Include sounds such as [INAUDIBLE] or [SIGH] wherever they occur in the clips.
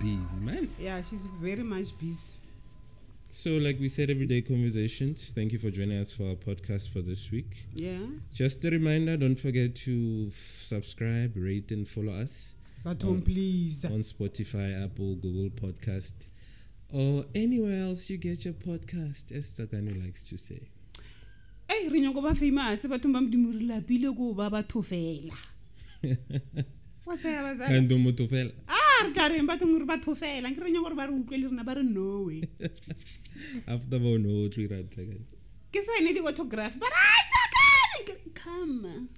busy, man. Yeah, she's very much busy. So, like we said, everyday conversations. Thank you for joining us for our podcast for this week. Yeah. Just a reminder: don't forget to f- subscribe, rate, and follow us But home, please. on Spotify, Apple, Google Podcast, or anywhere else you get your podcast. As Takani likes to say. Hey, re nyako ba famous bathong ba modimo re lapile ko ba batho fela wa tsaya bazala Kando motofela. a Ah, re ka reng bathong re batho fela ke re nyako gore ba re utlwele rena ba re noe After ba ono tlo ira Takani. ke sine di-autograph ba re "Ah, Tsakane!" Ke- [LAUGHS] come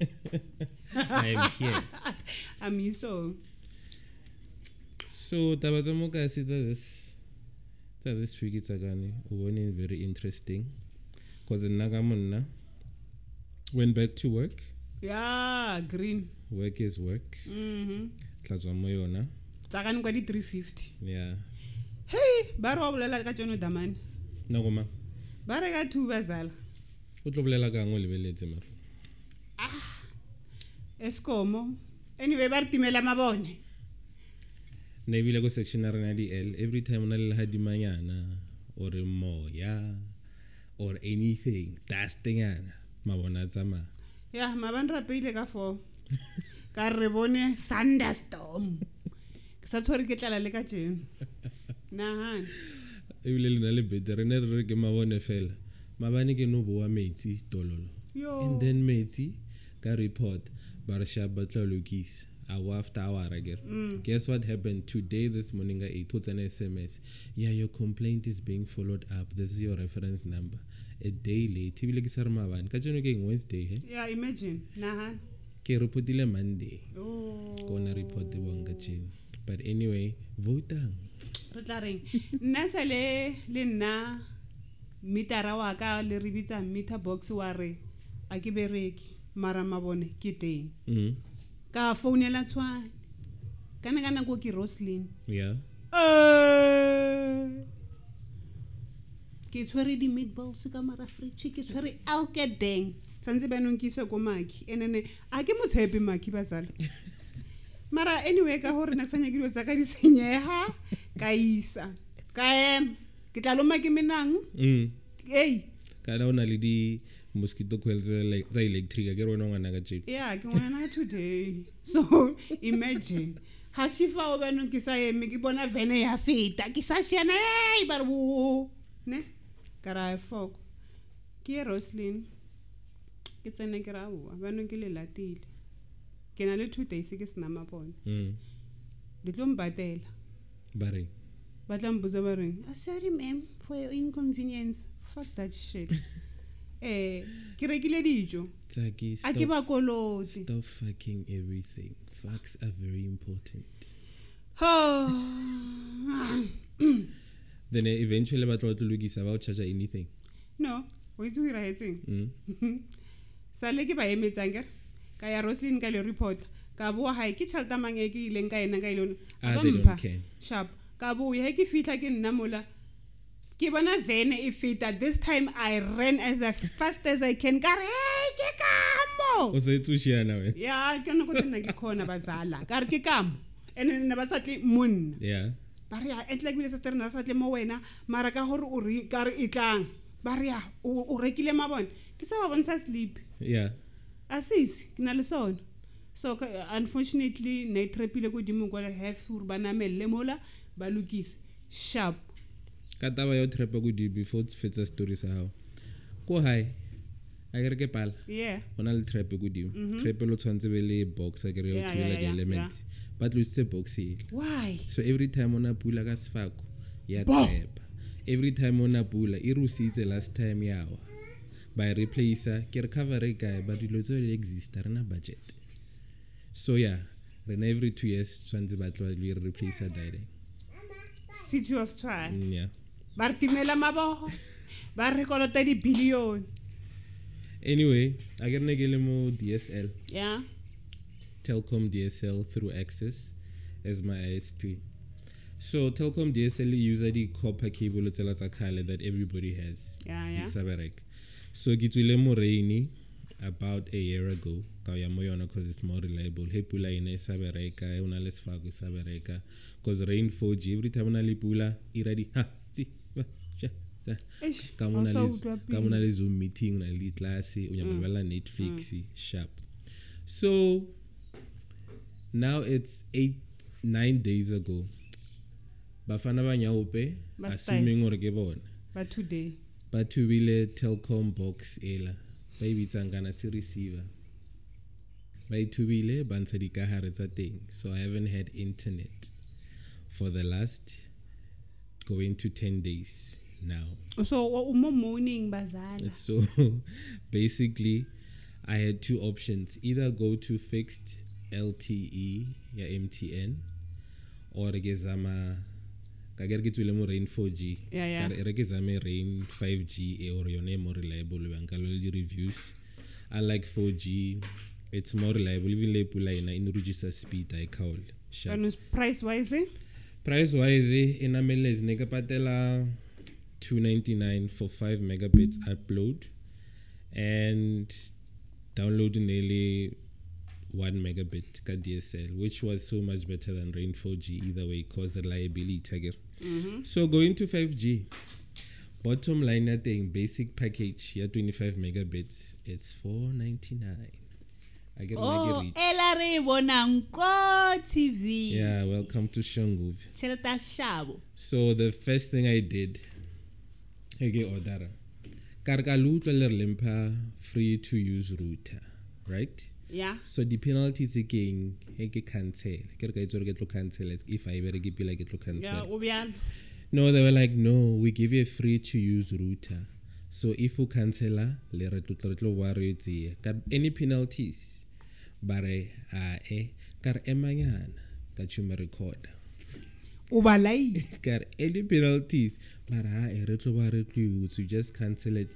I am here. amiso So Tabazamoka said this that this week it's again one is e very interesting because in Nagamuna went back to work. ya green Work is work. Mhm. Tlhatswa mo yona. tsakane kwa di-three fifty Yeah. hei ba re wa bolela ka tsono damane Nagoma. ba re ka two bazala O tlo bolela ka ngwe lebeletse mara. eskomo anyway ba re timela mabone Ne bile go section ya rena ya di-L every time o na le hadimanyana or moya or anything dustenyana mabona a tsamaya ya mabane rapeile ka four ka re bone thunderstorm ke sa tshware ke tlala le ka jeno nagane ebile le na le bete re ne re re ke mabone fela mabane ke no boa metsi tololo and then metsi ka report ba re shap ba tla lokisa hour after hour again Mm. guess what happened today this morning ka 8 o tsena sms yeah your complaint is being followed up this is your reference number a day late ebile ke sa re mabane ka jeno ke eng wednesday he ya imagine nagane ke reportile monday Oh. kona report e bang ka jeno but anyway votang re tla reng nna sale le nna metara wa ka le re bitsa meter box wa re a ke bereke mara mabone ke teng mm. ka founela tshwane kana ka nako ke roslin yeah Eh. ke tshwere di-meatballs ka marafridge ke tshwere alkedang santse banong ke ise ko maki andene a ke motshepe maki batsala mara anyway ka gore na ke sa nyake dilo tsa ka di senyega ka isa ka ema ke tla loma ke menang mm. ei kana o na le di-mosquito coil tsa ele- tsa electric a ke re wena o ngwana ka jeno ya ke ngwana today so imagine ga shifa o banong ke sa eme ke bona vene ya feta ke sa siana ei bare bo ne ka raya foko ke ye roslin ke tsene ke ra boa banong ke le latile ke na le two days ke sena mabone Mm. le tlo mbatela ba reng ba tla mpotsa ba reng "Ah, sorry mam for your inconvenience fuck that [LAUGHS] shit um ke rekile dijo Tsaki, a ke stop, ba kolote stop fucking everything facts are very important Oh, ah. then eh, eventually ba tla ba tlo lokisa ba o charge anything no o itse go iragetseng mm. [LAUGHS] sale ke ba emetsang kere ka ya roslin ka le report ka boa gae ke tšhaletamang e ke ileng ka ena ka ilone Ah, ba they don't mpha care. sharp ka boya ge ke fitlha ke nna mola ke bona vene e feta this time i ran as a fast as i can ka re "Hey, ke kamo o sa etsošiana wena ya ke nako tse nna ke kgona bazala ka re ke kamo and-e ne ba sa tle monna yeah ba re ya entla ebile setse rena re sa tle mo wena mara ka gore o re- ka re e tlang ba re ya o o rekile mabone ke sa ba bontsha sleep yeah a sese ke na le sona so ka- unfortunately ne trepile ko dimo kwa have gore ba namelele mola ba lokise sharp ka taba ya o trepa kodi before o fetsa story sa gago ko hi a kere ke pala yeah go na le trap kodimo trap lo tshwanetse be le box a kere ya Yeah, o yeah, thibela yeah, yeah, di-elements ba tlositse box ele why so every time ona pula ka sefako ya trepa every time ona pula e rusitse last time yawa ba e replacer ke re covere kae ba dilo tse di exist ha rena budget so ya rena every two years tshwanetse ba tlo le replacer direng city of tshwane Mm, yeah. ba re timela mabogo ba re kolota dibilione anyway a ke re ne ke le mo dsl ya Telkom DSL through Access as my ISP. So Telkom DSL e user the copper cable tsela tsa khale that everybody has. ya ya Di sa bereka. So ke tswile mo rainy about a year ago ka ya mo yona because it's more reliable he pula ina e sa bereka e una le sefako e sa bereka because rain 4g every time o na le pula e ra di ha tsi ba sha tsa Eish, ka ha o mona sa le utlwa ka mona pina. le zoom meeting na le class o nya mabala netflix sharp so now it's 8 9 days ago bafana ba nyaope Ba assuming gore ke bona ba today ba thubile telcom box ela ba e bitsang kana se receiver ba e thubile ba ntsha dikagare tsa teng so i haven't had internet for the last going to 10 days now so o- umo morning bazala so [LAUGHS] basically i had two options either go to fixed lte ya mtn or ke zama ka ke re ke tswile mo rain 4g Yeah, yeah. Ka re- e re ke zame rain 5g e or yone e more reliable bang ka lole di-reviews unlike 4g it's more reliable even le pula ena e ne reducer speed a e kgaole Sharp. kanus price wise price wise e nameletse ne ke patela 299 for 5 megabits upload and download nearly 1 megabit ka dsl which was so much better than rain 4g either way cause reliability again. so going to 5g bottom line ya teng basic package ya 25 megabits it's 499 I get o oh, ela re e bonang ko tv yeah welcome to shanguvi tšhelete ya shabo So the first thing I did, I get order. Karkaluta lerlempa free to use router, right? ya So the penalties again, I get cancel. Kerka itzor get lo cancel as if e I ever get pila get lo ya cancel. o bjalo No, they were like, no, we give you a free to use router. So if you cancel, le re tlo tlo worry tse. Ka any penalties, bare a e kar emanyana ka chuma recorder. o balaile got any penalties but I re tlo ba re tlo e utswa. You just cancel it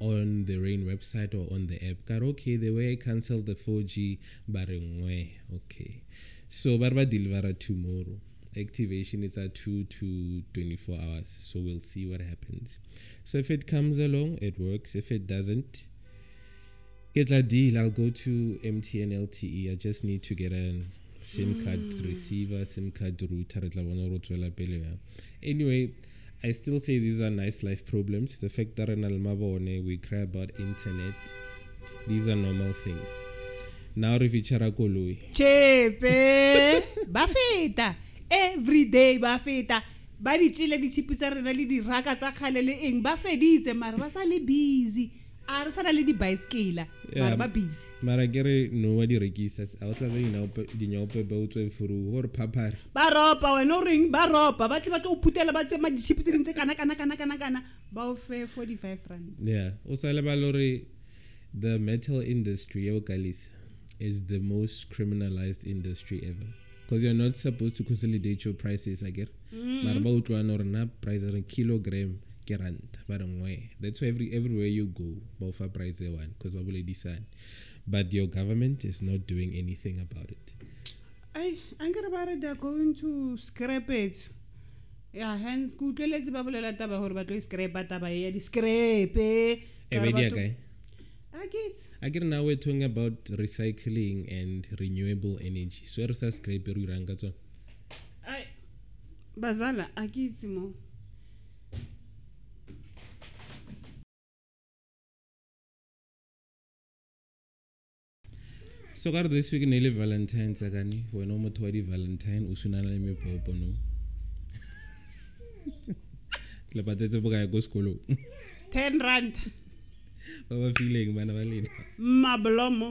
on the rain website or on the app Ka re, okay the way i cancel the 4g ba re ngwe okay so ba re ba delivera tomorrow activation is at 2 to 24 hours so we'll see what happens so if it comes along it works if it doesn't get that deal i'll go to mtn lte E. i just need to get a sim card receiver sim card router re tla bona gore o tswela pele yang. anyway i still say these are nice life problems the fact that re na le mabone we cry about internet these are normal things now re fitšhara koloi chepe [LAUGHS] ba feta everyday ba feta ba di tsile ditšhipi tsa rena le diraka tsa kgale le eng ba feditse mare ba sa le busy a re sana le dibaesekela mare Yeah. ba busy mara ke re no wa di rekisa a o tla tla dinyaopebe o tswe furu gore phaphare ba ropa wena o reng ba ropa ba tle ba tlo o phutela ba tsema ditšhipi tse dingwe tse kana kana kana kana kana ba o fe forty-five rand Yeah, also the metal industry yo guys, is the most criminalized industry ever because you're not supposed to consolidate your prices again. Mara ba utlwana hore na price ya re kilogram ke ranta ba re ngwe. That's why every everywhere you go ba o fa price e one because ba boledisana. But your government is not doing anything about it. ai ankere ba re theyare going to scrap it ya hence ke utlweletse ba bolela taba gore ba tlo e scrapa taba e ya di-scrape E be di ya kae? akits Again, now we're talking about recycling and renewable energy. So re sa scrape re irang ka tsona. ai bazala a ke itse mo so ka re this week ne e le valentine tsakane wena o motho wa di-valentine o sunana le mepopo no [LAUGHS] le patetse bokae ko sekolong [LAUGHS] ten rand ba ba fileng bana ba lena mmabolomo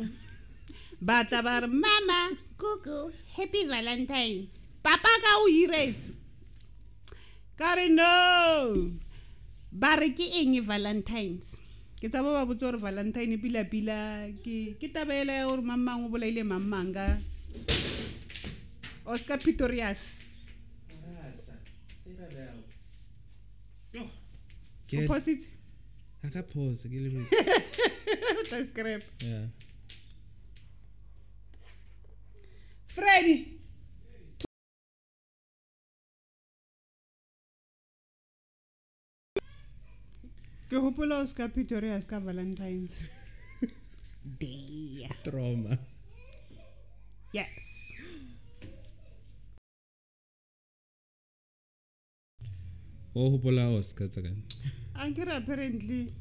bata ba re mama google happy valentines papa ka o iretse ka re no ba re ke eng valentines ke tsa bo ba botse gore valentine pila-pila ke ke tabaela ya gore mamang o bolaile mamang ka oscar pretorius o Ke- positse a ka pause ke le o tla scrap Yeah. freddy e ke gopola o seka pretorius ka valentines day trauma yes wa gopola oscar tsakane a kere apparently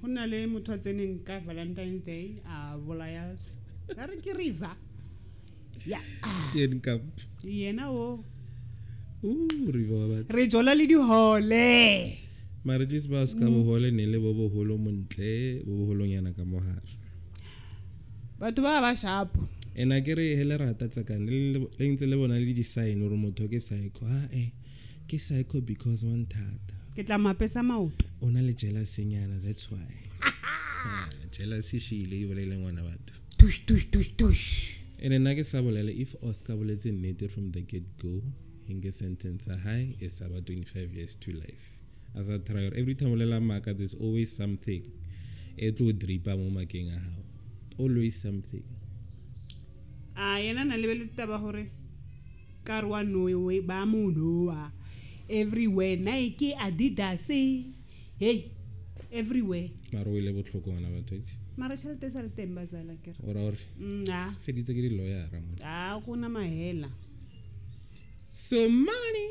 go na le motho a tseneng ka valentines day a bolaya s- a re ke river ya ah, ten camp yena o o riba wa batho re jola le dihole mare tlese ba seka bogole ne le bo bogolo montle bo bogolonyana ka mogare batho ba ba shapo and a kere he le rata tsakane le le- le ntse le bona le di-sign gore motho ke psycho ae ke psycho because one thata ke tla mapesa maoto o na le jealousnyana that's why Ah, [LAUGHS] jealousy shile e bolele ngwana batho tush tush tush tush and nna ke sa bolele if oscar boletse nnete from the get go nke sentence e a high is about 25 years to life as a trial every time o lela maaka there's always something e tlo dripa mo makeng a gago always something a yena na lebeletse taba gore ka re wa noe ba monoa everywhere nike adidas e. hey everywhere mare o ile botlhoko ngwana bathoe mara tšhelete e sa le teng bazala kere ora ore nna feditse ke di-lawyer-a ngwana. a kona mahela so money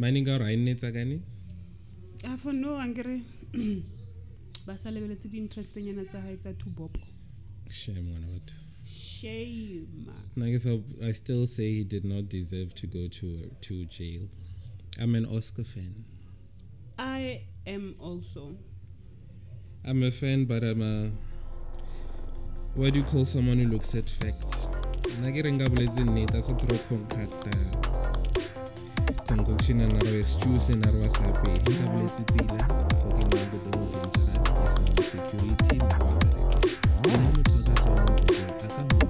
money ka gore ga e nne tsakane a for no ankere ba sa lebeletse di-interestenyana tsa gae tsa tubopo shame ngwana batho shame Like I said, I still say he did not deserve to go to to jail. I'm an Oscar fan. i am also I'm a fan, but I'm a. What do you call someone who looks at facts? Nna ke reng ka boletse nnete, a sa tlo concocta concoction a na re stew se na re wa sa apeye. Nka boletse pila, go ke nna bo teng go ntse ra se se na security, ba ba bereke. Nna motho a ka tswa mo ntweng, a ka mo-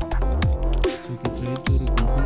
So ke try to re go